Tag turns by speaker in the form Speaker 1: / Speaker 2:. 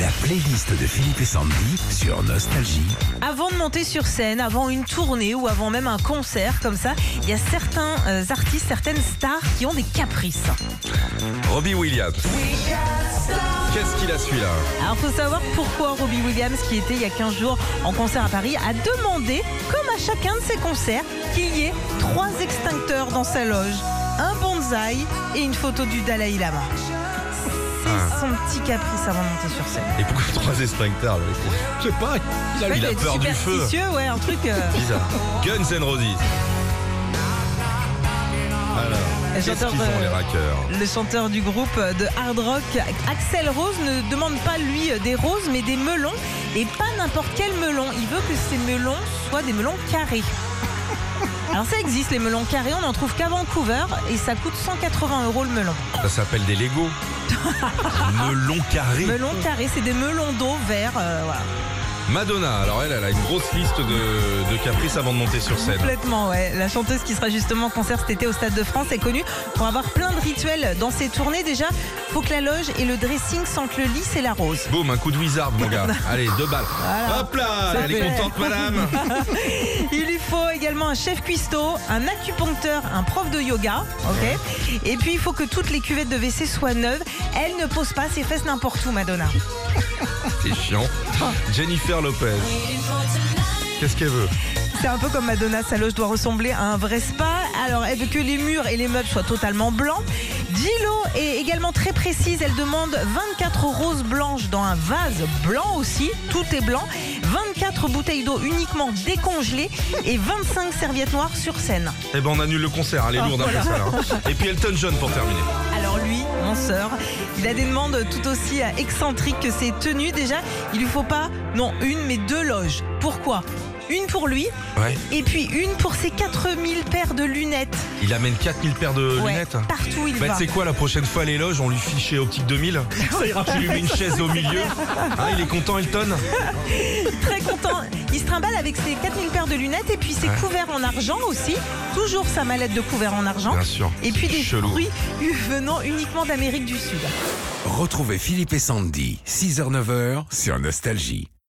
Speaker 1: La playlist de Philippe et Sandy sur Nostalgie.
Speaker 2: Avant de monter sur scène, avant une tournée ou avant même un concert comme ça, il y a certains euh, artistes, certaines stars qui ont des caprices.
Speaker 3: Robbie Williams. Qu'est-ce qu'il a celui-là
Speaker 2: Alors faut savoir pourquoi Robbie Williams, qui était il y a 15 jours en concert à Paris, a demandé, comme à chacun de ses concerts, qu'il y ait trois extincteurs dans sa loge, un bonsaï et une photo du Dalai Lama. C'est
Speaker 3: Ah.
Speaker 2: son petit caprice avant de monter sur scène.
Speaker 3: Et pourquoi trois extincteurs le mec Je sais pas, il a, il a
Speaker 2: Peut-être
Speaker 3: peur du feu.
Speaker 2: superstitieux, ouais, un truc. euh,
Speaker 3: Bizarre. Guns N' Roses. Alors, qu'est-ce
Speaker 2: J'adore,
Speaker 3: qu'ils ont
Speaker 2: euh,
Speaker 3: les rackers
Speaker 2: Le chanteur du groupe de hard rock, Axel Rose, ne demande pas lui des roses, mais des melons. Et pas n'importe quel melon. Il veut que ces melons soient des melons carrés. Alors ça existe, les melons carrés, on n'en trouve qu'à Vancouver et ça coûte 180 euros le melon.
Speaker 3: Ça s'appelle des Lego. Melon carré.
Speaker 2: Melon carré, c'est des melons d'eau verts, euh, voilà.
Speaker 3: Madonna, alors elle, elle a une grosse liste de, de caprices avant de monter sur scène.
Speaker 2: Complètement, ouais. La chanteuse qui sera justement en concert cet été au Stade de France est connue pour avoir plein de rituels dans ses tournées. Déjà, faut que la loge et le dressing sentent le lys et la rose.
Speaker 3: Boum, un coup de wizard, mon gars. Allez, deux balles.
Speaker 2: Voilà.
Speaker 3: Hop là,
Speaker 2: Ça
Speaker 3: elle est
Speaker 2: fait.
Speaker 3: contente, madame.
Speaker 2: Il lui faut également un chef cuistot, un acupuncteur, un prof de yoga. ok Et puis, il faut que toutes les cuvettes de WC soient neuves. Elle ne pose pas ses fesses n'importe où, Madonna.
Speaker 3: C'est chiant. Jennifer Lopez. Qu'est-ce qu'elle veut
Speaker 2: C'est un peu comme Madonna, sa loge doit ressembler à un vrai spa. Alors, elle veut que les murs et les meubles soient totalement blancs. Gillo est également très précise. Elle demande 24 roses blanches dans un vase blanc aussi. Tout est blanc. 24 bouteilles d'eau uniquement décongelées et 25 serviettes noires sur scène.
Speaker 3: Eh ben on annule le concert, elle est
Speaker 2: Ah,
Speaker 3: lourde après ça. là. Et puis Elton John pour terminer.
Speaker 2: Alors lui, mon sœur, il a des demandes tout aussi excentriques que ses tenues. Déjà, il lui faut pas, non, une, mais deux loges. Pourquoi Une pour lui
Speaker 3: Ouais.
Speaker 2: et puis une pour ses 4000 paires de lunettes.
Speaker 3: Il amène 4000 paires de
Speaker 2: Ouais,
Speaker 3: lunettes.
Speaker 2: Partout où il
Speaker 3: Bah, tu
Speaker 2: va.
Speaker 3: sais quoi, la prochaine fois, les loges, on lui fiche chez Optique 2000. Ça ira. Tu lui mets une chaise au milieu. Ah, il est content, Elton
Speaker 2: Très content. Il se trimballe avec ses 4000 paires de lunettes et puis ses
Speaker 3: Ouais.
Speaker 2: couverts en argent aussi. Toujours sa mallette de couverts en argent.
Speaker 3: Bien sûr.
Speaker 2: Et puis des
Speaker 3: Chelou.
Speaker 2: fruits venant uniquement d'Amérique du Sud.
Speaker 1: Retrouvez Philippe et Sandy, 6h-9h sur Nostalgie.